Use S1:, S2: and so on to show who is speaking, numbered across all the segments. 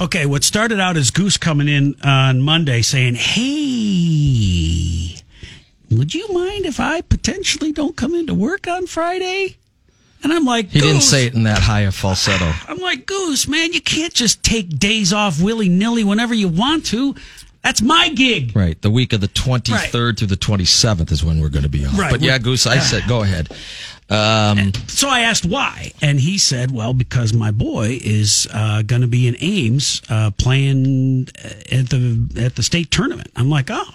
S1: Okay, what started out as Goose coming in on Monday saying, Hey, would you mind if I potentially don't come into work on Friday? And I'm like,
S2: He didn't
S1: "Goose."
S2: say it in that high a falsetto.
S1: I'm like, Goose, man, you can't just take days off willy nilly whenever you want to. That's my gig.
S2: Right. The week of the 23rd through the 27th is when we're going to be on.
S1: Right.
S2: But yeah, Goose, I said, go ahead. Um,
S1: So I asked why, and he said, "Well, because my boy is uh, going to be in Ames uh, playing uh, at the at the state tournament." I'm like, "Oh,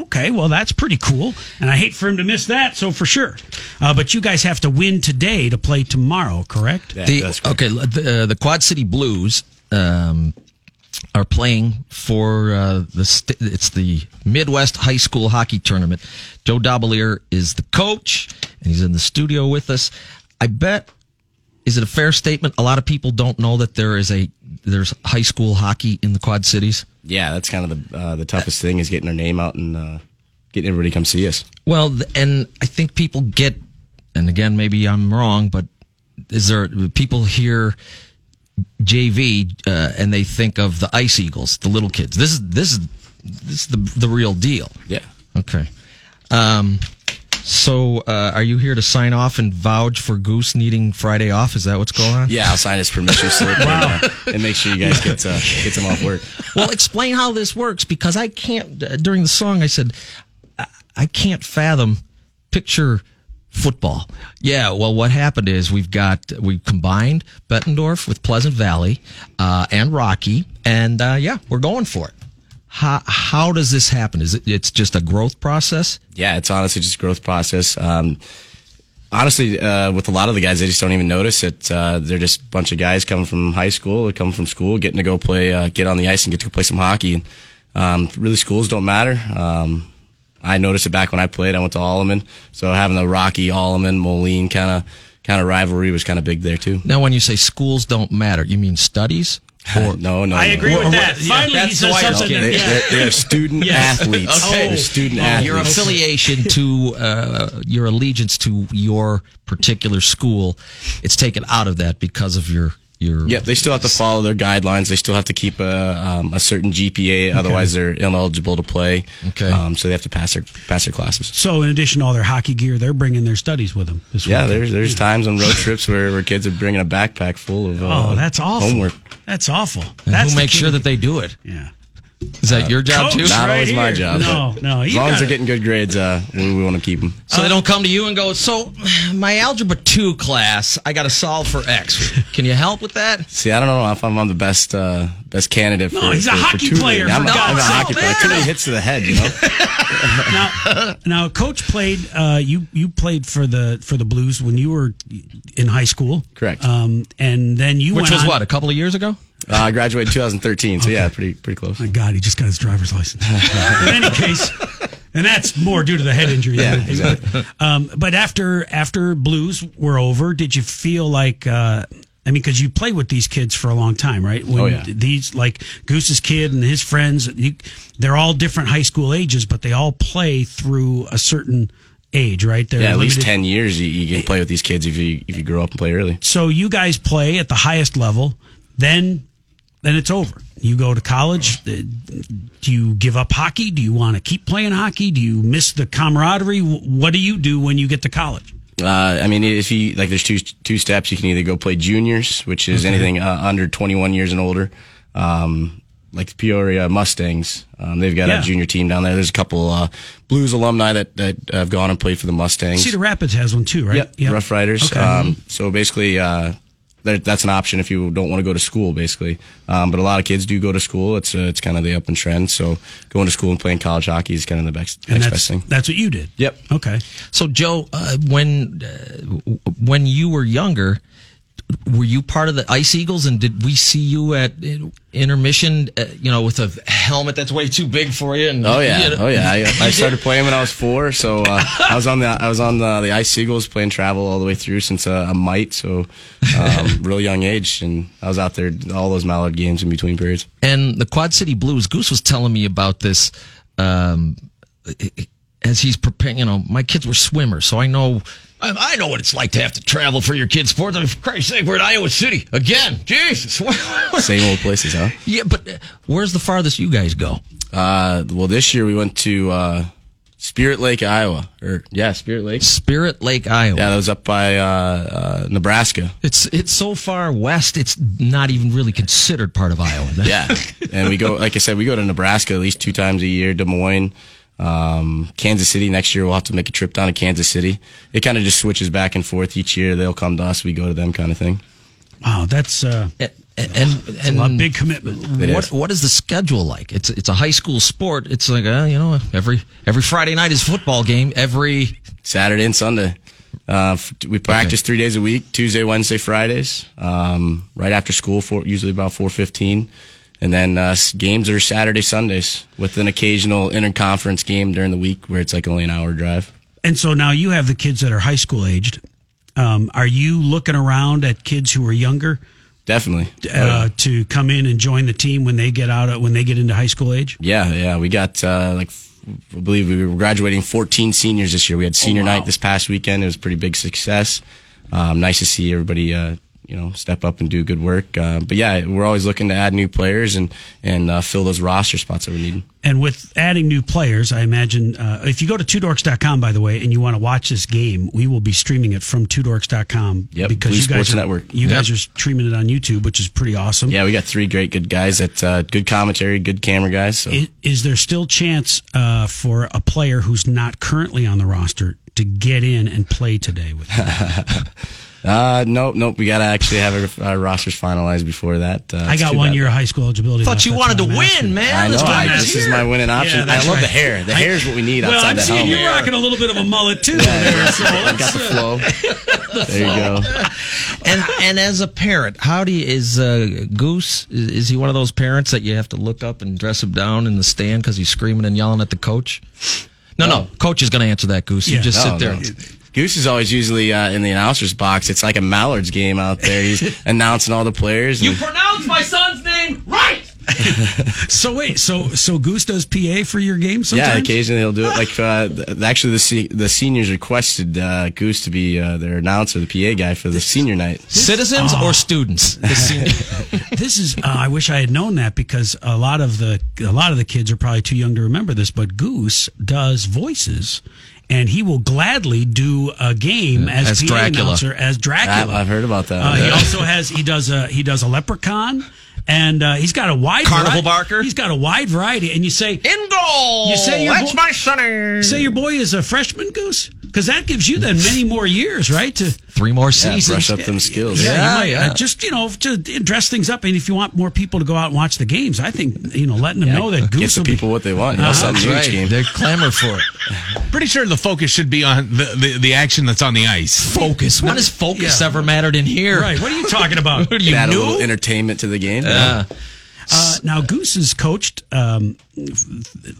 S1: okay. Well, that's pretty cool." And I hate for him to miss that, so for sure. Uh, but you guys have to win today to play tomorrow, correct?
S2: the, okay, the, uh, the Quad City Blues um, are playing for uh, the st- it's the Midwest High School Hockey Tournament. Joe Dobelier is the coach, and he's in the studio with us. I bet is it a fair statement? A lot of people don't know that there is a there's high school hockey in the Quad Cities.
S3: Yeah, that's kind of the uh, the toughest thing is getting our name out and uh, getting everybody to come see us.
S2: Well, th- and I think people get, and again, maybe I'm wrong, but is there people hear JV uh, and they think of the Ice Eagles, the little kids? This is this is this is the the real deal.
S3: Yeah.
S2: Okay. Um. So, uh, are you here to sign off and vouch for Goose needing Friday off? Is that what's going on?
S3: Yeah, I'll sign his permission slip and, uh, and make sure you guys get uh, get some off work.
S2: well, explain how this works because I can't. Uh, during the song, I said, I, I can't fathom picture football. Yeah, well, what happened is we've got we combined Bettendorf with Pleasant Valley uh, and Rocky, and uh, yeah, we're going for it. How how does this happen? Is it it's just a growth process?
S3: yeah, it's honestly just a growth process. Um, honestly, uh, with a lot of the guys, they just don't even notice it. Uh, they're just a bunch of guys coming from high school, or coming from school, getting to go play, uh, get on the ice and get to go play some hockey. And um, really, schools don't matter. Um, I noticed it back when I played. I went to Alleman, so having the Rocky Alleman Moline kind of kind of rivalry was kind of big there too.
S2: Now, when you say schools don't matter, you mean studies?
S3: no, no, no,
S1: I agree with that. Finally, he
S2: that's
S1: says
S2: why-
S1: something.
S2: okay,
S1: that-
S3: They,
S1: yeah.
S3: they're, they're student athletes.
S2: Okay.
S3: They're student
S2: Oh,
S3: athletes.
S2: your affiliation to uh, your allegiance to your particular school, it's taken out of that because of your your.
S3: Yep, they still have to follow their guidelines. They still have to keep a, um, a certain GPA, otherwise they're ineligible to play.
S2: Okay.
S3: um, so they have to pass their pass their classes.
S1: So, in addition to all their hockey gear, they're bringing their studies with them. This
S3: Yeah,
S1: weekend.
S3: there's there's times on road trips where, where kids are bringing a backpack full of uh,
S1: Oh, that's awful.
S3: homework.
S1: That's awful.
S2: And
S1: that's
S2: who
S1: the
S2: makes sure
S1: key.
S2: that they do it?
S1: Yeah.
S2: Is that your job too?
S1: Coach,
S3: Not
S1: right
S3: always my
S1: here.
S3: job.
S1: No,
S3: but
S1: no,
S3: As
S1: you
S3: long as
S1: gotta-
S3: they're getting good grades, uh, we, we want to keep them.
S2: So
S1: Uh,
S2: they don't come to you and go. So my algebra two class, I got to solve for x. Can you help with that?
S3: See, I don't know if I'm, I'm the best uh, best candidate.
S1: No,
S3: for,
S1: he's a
S3: for- for
S1: hockey
S3: tutoring.
S1: player,
S3: I'm,
S1: for
S3: not- I'm
S1: God's
S3: a
S1: sake,
S3: hockey player.
S1: man.
S3: Too many hits to the head, you know.
S1: now, now, coach played. Uh, you you played for the for the Blues when you were in high school,
S3: Correct.
S1: Um, and then you
S2: Which
S1: went
S2: was
S1: on-
S2: what a couple of years ago.
S3: Uh, I graduated in 2013, so yeah, pretty pretty close.
S1: My Oh, God, he just got his driver's license. in any case, and that's more due to the head injury. than
S3: Yeah,
S1: anything.
S3: exactly.
S1: Um, but after after Blues were over, did you feel like? Uh, I mean, because you played with these kids for a long time, right? When
S3: Oh, yeah.
S1: These like Goose's kid and his friends, you, they're all different high school ages, but they all play through a certain age, right? They're
S3: Yeah, at least
S1: limited-
S3: ten years you, you can play with these kids if you if you grow up and play early.
S1: so you guys play at the highest level then then it's over you go to college Uh, do you give up hockey do you want to keep playing hockey do you miss the camaraderie Wh- what do you do when you get to college
S3: Uh, I mean, if you like, there's two two steps. You can either go play juniors, which is anything uh, under 21 years and older. Um, like the Peoria Mustangs, um, they've got
S1: Yeah.
S3: a junior team down there. There's a couple uh, Blues alumni that that have gone and played for the Mustangs.
S1: cedar rapids has one too right
S3: Yep, Rough Riders.
S1: Okay.
S3: Um, so basically, uh, that, that's an option if you don't want to go to school, basically. Um, but a lot of kids do go to school. It's uh, it's kind of the up and trend. So going to school and playing college hockey is kind of the best,
S1: and
S3: next
S1: that's
S3: best thing.
S1: that's what you did
S3: Yep.
S1: okay
S2: So, Joe, uh, when uh, w- when you were younger, were you part of the Ice Eagles, and did we see you at uh, intermission? Uh, you know, with a helmet that's way too big for you. And
S3: Oh yeah,
S2: you know-
S3: oh yeah. I, I started playing when I was four, so uh, I was on the I was on the, the Ice Seagulls playing travel all the way through since uh, a mite, so um, real young age, and I was out there all those Mallard games in between periods.
S2: And the Quad City Blues. Goose was telling me about this um, as he's preparing. You know, my kids were swimmers, so I know I, I know what it's like to have to travel for your kids' sports. I mean, for Christ's sake, we're in Iowa City again. Jesus.
S3: Same old places, huh?
S2: yeah, but uh, where's the farthest you guys go?
S3: Uh, well, this year we went to uh, Spirit Lake, Iowa. Or yeah, Spirit Lake.
S2: Spirit Lake, Iowa.
S3: Yeah, that was up by uh, uh, Nebraska.
S2: It's it's so far west. It's not even really considered part of Iowa.
S3: Yeah, and we go. Like I said, we go to Nebraska at least two times a year. Des Moines, um, Kansas City. Next year we'll have to make a trip down to Kansas City. It kind of just switches back and forth each year. They'll come to us, we go to them, kind of thing.
S1: Wow, that's uh,
S2: And and,
S1: a
S2: and
S3: Mm.
S1: lot- big commitment.
S3: It
S2: what
S3: is.
S2: what is the schedule like? It's it's a high school sport. It's like uh, you know every every Friday night is football game. Every
S3: Saturday and Sunday. Uh, f- we practice three days a week: Tuesday, Wednesday, Fridays. Um, right after school, for usually about four fifteen, and then uh, s- games are Saturday, Sundays, with an occasional interconference game during the week where it's like only an hour drive.
S1: And so now you have the kids that are high school aged. Um, are you looking around at kids who are younger
S3: Definitely.
S1: uh, to come in and join the team when they get out of, when they get into high school age?
S3: Yeah, yeah. We got uh, like f- I believe we were graduating 14 seniors this year. We had
S1: Oh,
S3: senior night this past weekend. It was a pretty big success. Um, nice to see everybody, uh, you know, step up and do good work. Uh, but yeah, we're always looking to add new players and and uh, fill those roster spots that we need.
S1: And with adding new players, I imagine uh, if you go to tudorks.com, by the way, and you want to watch this game, we will be streaming it from tudorks.com
S3: Yep,
S1: because
S3: Blue
S1: you guys,
S3: Sports
S1: are,
S3: Network.
S1: you guys are streaming it on YouTube, which is pretty awesome.
S3: Yeah, we got three great good guys that uh, good commentary, good camera guys. So
S1: I- is there still chance uh, for a player who's not currently on the roster to get in and play today with you?
S3: uh, nope, nope. We gotta actually have our, our rosters finalized before that. Uh,
S1: I
S3: it's
S1: got
S3: too
S1: one
S3: bad.
S1: year of high school eligibility.
S2: thought
S1: left,
S2: you
S1: that's
S2: wanted to
S1: why I'm
S2: win,
S1: asking.
S2: man.
S3: I know.
S2: Let's go
S3: I,
S2: next
S3: this is
S2: year.
S3: my winning option.
S1: Yeah,
S3: I
S1: that's
S3: love the
S1: right.
S3: hair. The hair is what we need
S1: Well,
S3: outside
S1: I'm
S3: that
S1: seeing
S3: helmet.
S1: you're rocking a little bit of a mullet too. there, so
S3: I got
S1: let's,
S3: the
S1: uh,
S3: flow. there you go.
S2: and and as a parent, how do you is uh, Goose? Is, is he one of those parents that you have to look up and dress him down in the stand because he's screaming and yelling at the coach? No, no, coach is going to answer that. Goose,
S1: Yeah.
S2: you just
S3: No,
S2: sit there.
S3: no. Goose is always usually uh, in the announcer's box. It's like a Mallard's game out there. He's announcing all the players. and-
S2: pronounce my son's name right.
S1: so wait, so so Goose does PA for your game sometimes?
S3: yeah, occasionally he'll do it. Like uh, th- actually, the se- the seniors requested uh, Goose to be uh, their announcer, the PA guy for the senior night.
S2: Citizens
S3: Oh.
S2: or students? The senior-
S1: this is uh, i wish i had known that because a lot of the a lot of the kids are probably too young to remember this but goose does voices and he will gladly do a game as,
S2: As
S1: PA
S2: Dracula.
S1: announcer as Dracula.
S3: I- I've heard about that.
S1: Uh, he
S3: Yeah.
S1: also has he does a he does a leprechaun, and uh, he's got a wide
S2: Carnival
S1: variety-
S2: Barker.
S1: He's got a wide variety, and you say
S2: in goal.
S1: You say your
S2: that's
S1: bo-
S2: my sonny.
S1: say your boy is a freshman goose because that gives you then many more years, right? To
S2: Three more
S3: Yeah,
S2: seasons.
S3: brush up them skills.
S1: Yeah,
S2: Yeah,
S1: you might,
S2: yeah.
S1: uh, just you know to dress things up, and if you want more people to go out and watch the games, I think you know letting them know that
S3: Get
S1: Goose
S3: the
S1: will be-
S3: people what they want. You know, something
S2: Uh-huh. That's
S3: huge
S2: right.
S3: game.
S2: They clamor for it.
S4: Pretty sure the focus should be on the, the, the action that's on the ice.
S2: Focus. When has focus
S1: Yeah.
S2: ever mattered in here?
S1: Right? What are you talking about?
S2: What are you
S3: Add a
S2: new?
S3: little entertainment to the game.
S1: uh, now Goose has coached um, f-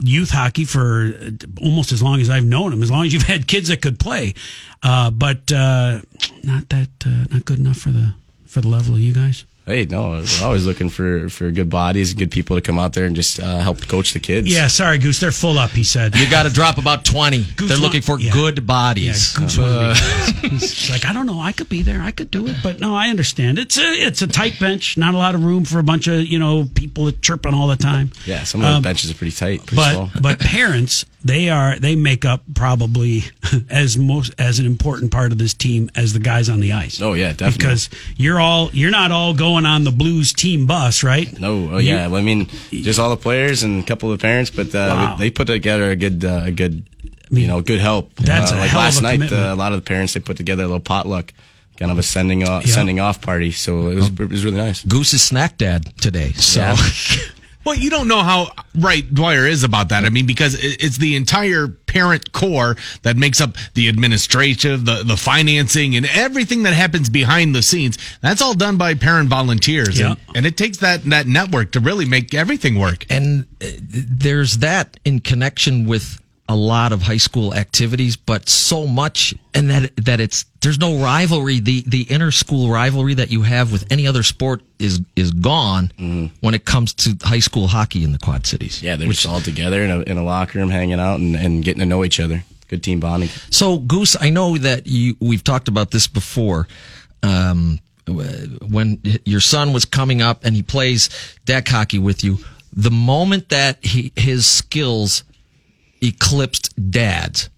S1: youth hockey for uh, almost as long as I've known him, as long as you've had kids that could play, uh, but uh, not that uh, not good enough for the for the level of you guys.
S3: Hey, no, we're always looking for, for good bodies, good people to come out there and just uh, help coach the kids.
S1: Yeah, sorry, Goose. They're full up. He said.
S2: You got to drop about 20.
S1: wa-
S2: They're looking for
S1: yeah.
S2: good
S1: Yeah,
S2: bodies.
S1: Goose wanted to be- He's like, I don't know, I could be there, I could do it, but no, I understand. It's a it's a tight bench, not a lot of room for a bunch of you know people chirping all the time.
S3: Yeah, some of the benches are pretty tight, pretty
S1: Um, But
S3: small.
S1: but parents, they are they make up probably as most as an important part of this team as the guys on the ice.
S3: Oh, yeah, definitely.
S1: Because you're all you're not all going on the Blues team bus, right?
S3: No, oh yeah. Well, I mean, just all the players and a couple of the parents, but uh,
S1: Wow.
S3: they put together a good, uh, a good,
S1: mean,
S3: you know, good help.
S1: that's
S3: uh,
S1: a
S3: like
S1: hell of
S3: last
S1: a
S3: night.
S1: commitment.
S3: Uh, a lot of the parents they put together a little potluck, kind of a sending off,
S1: Yeah. Oh.
S3: sending off party. So it was, it was really nice.
S2: Goose is snack dad today. So
S4: Well, you don't know how right Dwyer is about that. I mean, because i- it's the entire parent core that makes up the administrative, the, the financing, and everything that happens behind the scenes. That's all done by parent volunteers. And,
S1: Yeah.
S4: and it takes that, that network to really make everything work.
S2: and uh, there's that in connection with a lot of high school activities, but so much, and that that it's there's no rivalry. The the inter school rivalry that you have with any other sport is is gone when it comes to high school hockey in the Quad Cities.
S3: Yeah, they're just all together in a, in a locker room, hanging out and, and getting to know each other. good team bonding.
S2: So, Goose, I know that you we've talked about this before. Um, w- when your son was coming up and he plays deck hockey with you, the moment that he, his skills eclipsed dad's,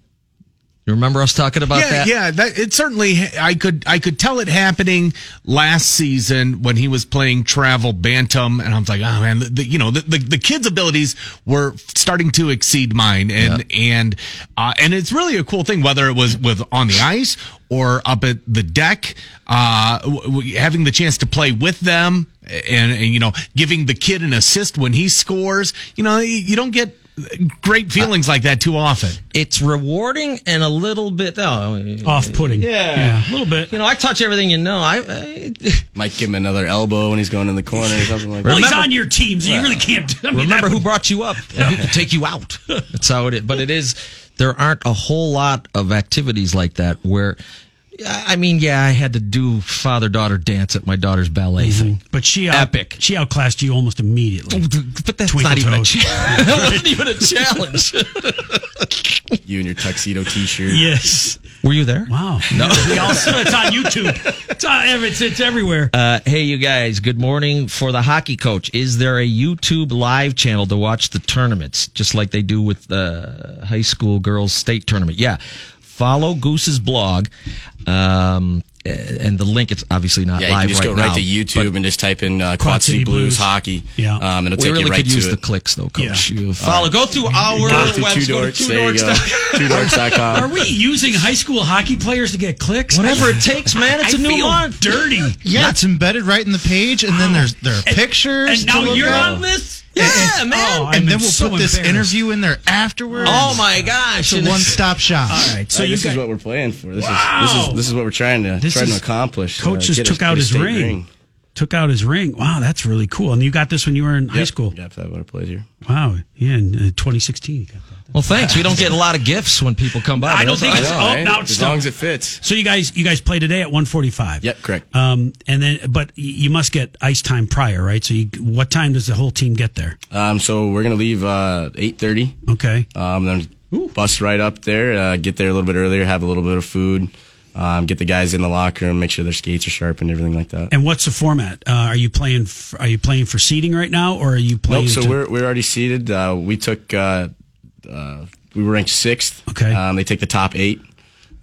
S2: you remember us talking about
S4: yeah,
S2: that?
S4: Yeah, that, it certainly. I could I could tell it happening last season when he was playing travel bantam, and I was like, oh man, the, the, you know the, the the kid's abilities were starting to exceed mine, and and uh, and it's really a cool thing whether it was with on the ice or up at the deck, uh, w- w- having the chance to play with them, and, and you know giving the kid an assist when he scores. You know, you, you don't get great feelings like that too often.
S2: It's rewarding and a little bit. Oh,
S1: Off putting. Yeah. A little bit.
S2: you know, I touch everything you know. I, I
S3: Might give him another elbow when he's going in the corner or something like
S1: Well,
S3: that.
S1: he's on your team, so you really can't. I mean,
S2: remember
S1: that
S2: who
S1: would-
S2: brought you up and who can take you out. That's how it is. But it is there aren't a whole lot of activities like that where I mean, yeah, I had to do father daughter dance at my daughter's ballet
S1: Mm-hmm.
S2: thing.
S1: But she out,
S2: Epic. Oh,
S1: She outclassed you almost immediately.
S2: But that's
S1: Twinkle
S2: not even a
S1: toes.
S2: challenge. that wasn't even a challenge.
S3: You and your tuxedo T-shirt.
S1: Yes.
S2: Were you there?
S1: Wow. No. we all, it's on YouTube. It's, on, it's, it's everywhere.
S2: Uh, hey, you guys, good morning for the hockey coach. Is there a YouTube live channel to watch the tournaments, just like they do with the high school girls state tournament? Yeah. Follow Goose's blog. Um, and the link, it's obviously not
S3: Yeah, you
S2: live
S3: can just
S2: right
S3: go right
S2: now,
S3: to YouTube and just type in uh, Quad City Blues, hockey.
S1: Yeah.
S3: um, and it'll
S2: We
S3: take
S2: really
S3: you right
S2: could
S3: to
S2: use
S3: it.
S2: the clicks, though, Coach.
S1: Yeah.
S2: You follow. Go through our
S3: Go to
S2: website.
S3: two
S2: Go to
S3: dorks. There you go.
S2: dorks.
S3: Two dorks.com.
S1: Are we using high school hockey players to get clicks?
S2: Whatever
S1: I-
S2: it takes, man. It's
S1: I
S2: a new
S1: feel
S2: month.
S1: Dirty.
S5: Yeah, it's embedded right in the page, and then there's there are pictures.
S1: And
S5: to
S1: now
S5: look
S1: you're
S5: at.
S1: on this.
S2: Yeah,
S1: Oh,
S2: man.
S1: I'm
S5: And then we'll
S1: so
S5: put this
S1: embarrassed.
S5: interview in there afterwards.
S2: oh my gosh!
S5: It's a
S2: And
S5: one
S2: it's-
S5: stop shop.
S1: All right. So
S3: Uh,
S1: Oh, you
S3: this
S1: got,
S3: is what we're playing for. This
S1: Wow.
S3: is this is this is what we're trying to
S1: This
S3: trying
S1: is-
S3: to accomplish. uh,
S1: coach just
S3: get a-
S1: took out
S3: get a
S1: his
S3: state
S1: ring. Took out his ring. Wow, that's really cool. And you got this when you were in high
S3: Yep.
S1: school.
S3: Yep, that's what I played here.
S1: Wow. Yeah, in uh, 2016. you got that.
S2: Well, thanks. We don't get a lot of gifts when people come by.
S1: I don't
S2: That's
S1: think
S2: all.
S1: it's-
S3: I know,
S1: oh,
S3: right?
S1: now it's
S3: as long
S1: done.
S3: as it fits.
S1: So you guys, you guys play today at 1:45.
S3: Yep, correct.
S1: Um, and then, but y- you must get ice time prior, right? So, you, what time does the whole team get there?
S3: Um, so we're gonna leave uh, eight thirty.
S1: Okay.
S3: Um, then bus right up there. Uh, get there a little bit earlier. Have a little bit of food. Um, get the guys in the locker room. Make sure their skates are sharp and everything like that.
S1: And what's the format? Uh, are you playing? F- are you playing for seeding right now, or are you playing?
S3: Nope. So
S1: to-
S3: we're we're already seated. Uh, we took uh, uh, we were ranked sixth.
S1: Okay.
S3: Um, they take the top eight.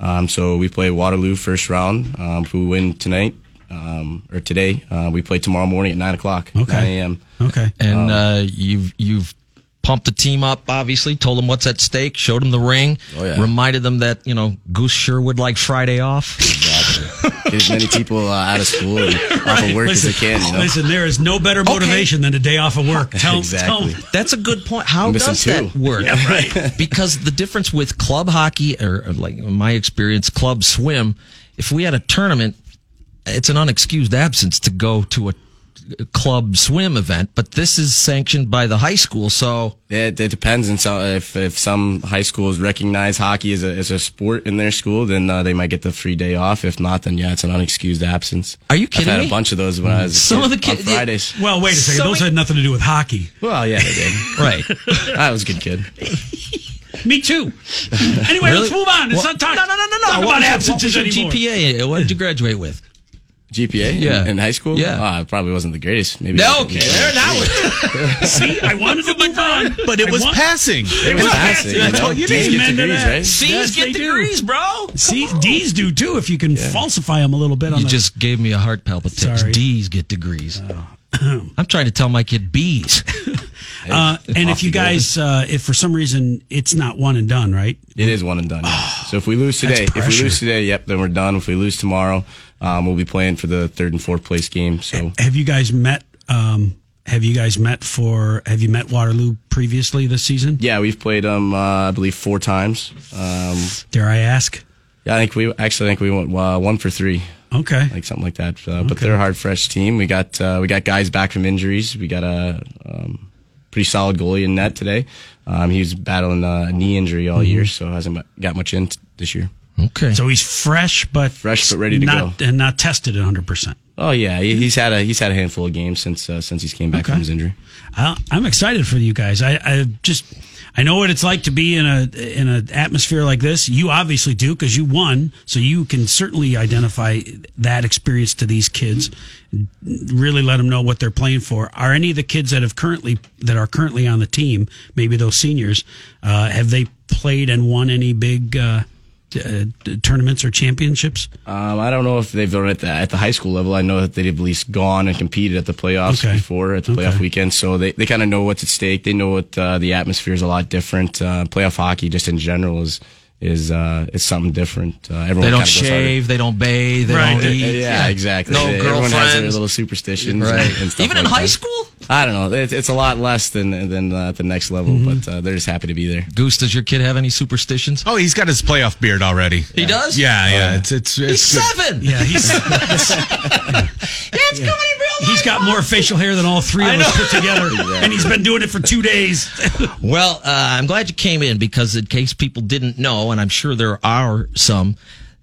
S3: Um, so we play Waterloo first round. Um, if we win tonight um, or today, uh, we play tomorrow morning at nine o'clock.
S1: Okay.
S3: 9 a.m.
S1: okay.
S2: and uh, you've you've pumped the team up. Obviously, told them what's at stake, showed them the ring,
S3: Oh, yeah.
S2: reminded them that you know Goose sure would like Friday off.
S3: Get as many people uh, out of school and off of work as they can. You know?
S1: listen, there is no better motivation than a day off of work. Tell,
S3: Exactly.
S1: tell-
S2: That's a good point. How
S3: Missing
S2: does that
S3: two.
S2: work? right. because the difference with club hockey, or or like in my experience, club swim, if we had a tournament, it's an unexcused absence to go to a a club swim event. But this is sanctioned by the high school, so
S3: It, it depends. And so if, if some high schools recognize hockey as a, as a sport in their school, then uh, they might get the free day off. If not, then yeah, it's an unexcused absence.
S2: Are you kidding
S3: I've had
S2: me?
S3: a bunch of those when I was a
S2: Some
S3: kid
S2: of the kid-
S3: on Fridays.
S1: Well, wait a second.
S2: So
S1: Those
S2: we-
S1: had nothing to do with hockey.
S3: Well, yeah, they did.
S2: right.
S3: I was a good kid.
S1: Me too. Anyway,
S2: Really?
S1: let's move on. It's
S2: Well,
S1: not talk,
S2: no, no, no, no, no.
S1: talk
S2: What
S1: about
S2: was your-
S1: absences
S2: what was your
S1: anymore.
S2: GPA. What did you graduate with?
S3: GPA?
S2: Yeah.
S3: In, in high school?
S2: Yeah.
S3: Ah, it probably wasn't the greatest. Maybe.
S2: okay, there now.
S1: See, I wanted to move on,
S4: But it
S1: I
S4: was
S1: want-
S4: passing.
S3: It was passing.
S1: That's
S3: know?
S1: what you
S3: D's
S1: need,
S3: get
S1: man, to
S3: degrees,
S1: that.
S3: right?
S2: C's
S1: Yes,
S2: get
S1: they do.
S2: degrees, bro.
S1: See, D's do too if you can falsify them a little bit. On
S2: You
S1: the,
S2: just gave me a heart palpitation.
S1: Sorry.
S2: D's get degrees. I'm trying to tell my kid B's.
S1: Uh, and
S3: off
S1: if you
S3: you go.
S1: guys, uh, if for some reason it's not one and done, right?
S3: It is one and done. yeah. so if we lose
S1: Ah. That's
S3: today, if we
S1: pressure.
S3: lose today, yep, then we're done. If we lose tomorrow, um, we'll be playing for the third and fourth place game. So
S1: Have you guys met? Um, have you guys met for? Have you met Waterloo previously this season?
S3: yeah, we've played them, uh, I believe, four times. Um,
S1: Dare I ask?
S3: yeah, I think we actually I think we went uh, one for three,
S1: Okay.
S3: like something like that. Uh, But they're a hard, fresh team. We got uh, we got guys back from injuries. We got a um, pretty solid goalie in net today. Um, he was battling uh, a knee injury all year, so hasn't got much in t- this year.
S2: Okay.
S1: so he's fresh, but
S3: Fresh, but ready to
S1: not, and not tested 100. percent
S3: Oh yeah, he- he's had a he's had a handful of games since uh, since he's came back
S1: Okay.
S3: from his injury.
S1: I- I'm excited for you guys. I, I just I know what it's like to be in a in an atmosphere like this. You obviously do because you won, so you can certainly identify that experience to these kids. Really let them know what they're playing for. Are any of the kids that have currently that are currently on the team, maybe those seniors, uh, have they played and won any big uh, uh, tournaments or championships?
S3: Um, I don't know if they've done it at the, at the high school level. I know that they've at least gone and competed at the playoffs
S1: Okay.
S3: before at the playoff
S1: Okay.
S3: weekend, so they, they kind of know what's at stake. They know what uh, the atmosphere is a lot different. Uh, playoff hockey, just in general, is is uh, is something different. Uh, everyone
S2: They don't
S3: kinda goes harder.
S2: shave. They don't bathe. They
S1: Right.
S2: don't
S1: Yeah,
S3: Yeah,
S2: eat.
S3: exactly.
S2: No
S3: Everyone has their
S2: girlfriends.
S3: little superstitions,
S2: Right.
S3: and, and stuff
S2: Even in
S3: like
S2: high
S3: that.
S2: school?
S3: I don't know. It's, it's a lot less than than uh, at the next level,
S1: Mm-hmm.
S3: but uh, they're just happy to be there.
S2: Goose, does your kid have any superstitions?
S4: Oh, he's got his playoff beard already.
S2: He does?
S4: Yeah, yeah. It's it's, it's
S2: He's
S4: good.
S2: seven.
S1: Yeah, he's
S2: That's gonna be real
S1: he's got more facial hair than all three of us put together, and he's been doing it for two days.
S2: Well, uh, I'm glad you came in because, in case people didn't know, and I'm sure there are some,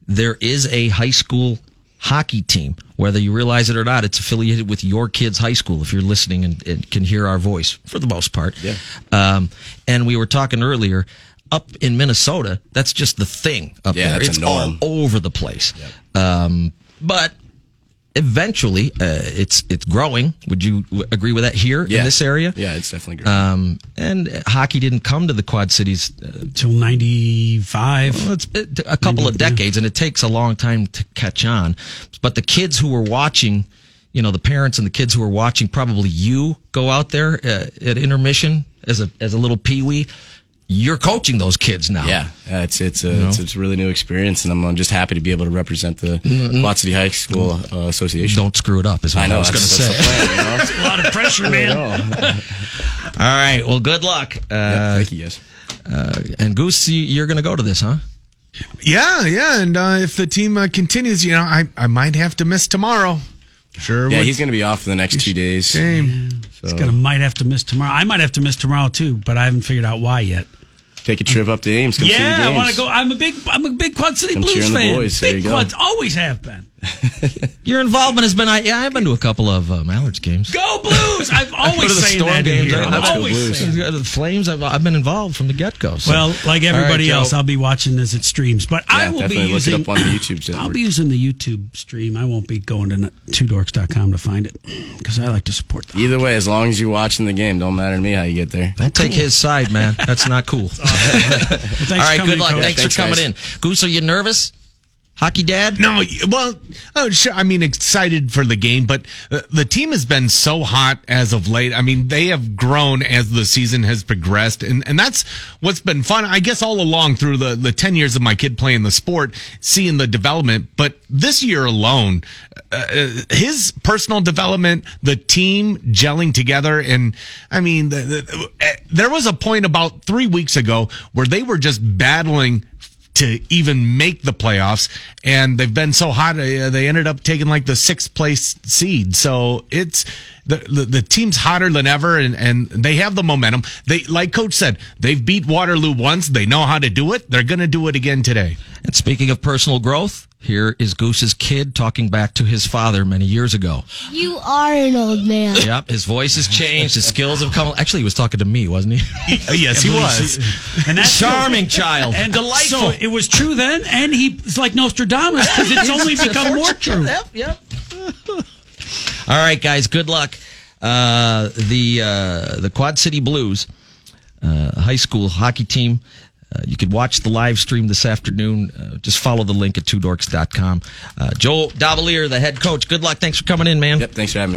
S2: there is a high school hockey team. Whether you realize it or not, it's affiliated with your kids' high school. If you're listening and, and can hear our voice, for the most part. Yeah. Um, and we were talking earlier. Up in Minnesota, that's just the thing up
S3: Yeah,
S2: there.
S3: that's a
S2: it's
S3: norm.
S2: all over the place. Um, but eventually, uh, it's it's growing. Would you w- agree with that here in this area?
S3: Yeah, it's definitely great.
S2: Um, and hockey didn't come to the Quad Cities uh,
S1: till 95
S2: well, it's it, a couple of decades, and it takes a long time to catch on. But the kids who were watching, you know, the parents and the kids who were watching, probably you go out there uh, at intermission as a as a little peewee. You're coaching those kids now.
S3: yeah, yeah, Uh, it's it's a it's, it's a really new experience, and I'm uh, just happy to be able to represent the
S1: Mm-hmm.
S3: Quad City High School uh, Association.
S2: Don't screw it up. Is what I,
S3: I know.
S2: was going to
S3: that's-
S2: say.
S3: that's the
S1: a
S3: plan, you know?
S1: lot of pressure, man.
S2: All right. Well, good luck.
S3: Yeah,
S2: Uh,
S3: thank you guys.
S2: And Goose, you- you're going to go to this, huh?
S4: Yeah, yeah. And uh, if the team uh, continues, you know, I I might have to miss tomorrow. Sure.
S3: Yeah,
S4: would.
S3: he's going to be off for the next two days.
S4: Shame.
S1: It's
S3: Uh,
S1: gonna might have to miss tomorrow. I might have to miss tomorrow too, but I haven't figured out why yet.
S3: Take a trip up to Ames. Come see the
S1: yeah, I
S3: games.
S1: want to go. I'm a big, I'm a big Quad City
S3: Come cheer
S1: Blues
S3: on the
S1: fan.
S3: boys. There
S1: Big
S3: you go.
S1: Quads always have been.
S2: Your involvement has been. I, yeah, I've been to a couple of uh, Mallard's games.
S1: Go Blues! I've
S2: to
S1: always
S2: the
S1: saying
S2: Storm
S1: that in
S2: games,
S1: here.
S2: yeah,
S1: I'm
S2: let's
S3: go
S1: always
S3: Blues.
S1: saying.
S2: Uh, The Flames. I've, I've been involved from the get go.
S1: Well, like everybody
S2: All right,
S1: else,
S2: Joe.
S1: I'll be watching as it streams. But I
S3: Yeah,
S1: will be
S3: definitely look it
S1: using
S3: up on the YouTube channel.
S1: I'll be using the YouTube stream. I won't be going to twodorks.com to find it because I like to support them.
S3: Either way, as long as you're watching the game, don't matter to me how you get there.
S2: Don't take his side, man. That's not
S1: Well,
S2: cool.
S1: thanks
S2: All
S1: for
S2: right,
S1: coming
S2: good
S1: in,
S2: luck.
S1: Coach.
S2: Thanks,
S3: Thanks,
S2: for coming
S3: guys.
S2: in. Goose, are you nervous? Hockey dad?
S4: No, y- well, oh, sure, I mean, excited for the game, but uh, the team has been so hot as of late. I mean, they have grown as the season has progressed, and, and that's what's been fun. I guess all along through the, the 10 years of my kid playing the sport, seeing the development, but this year alone, uh, uh, his personal development, the team gelling together, and I mean, the, the, uh, there was a point about three weeks ago where they were just battling to even make the playoffs and they've been so hot uh, they ended up taking like the sixth place seed so it's the, the the team's hotter than ever and and they have the momentum they like coach said they've beat waterloo once they know how to do it they're gonna do it again today
S2: And speaking of personal growth, here is Goose's kid talking back to his father many years ago.
S6: You are an old man.
S2: Yep, his voice has changed. His skills have come. Actually, he was talking to me, wasn't he?
S4: Uh, yes he was
S1: And that's
S2: Charming child.
S1: And
S2: delightful.
S1: So it was true then, and he's like Nostradamus because it's only become more true.
S2: Yep, yep. All right, guys. Good luck. Uh, the uh, the Quad City Blues uh, high school hockey team. Uh, you could watch the live stream this afternoon. Uh, just follow the link at twodorks.com. Uh, Joel Davalier, the head coach. Good luck. Thanks for coming in, man.
S3: Yep, thanks for having me.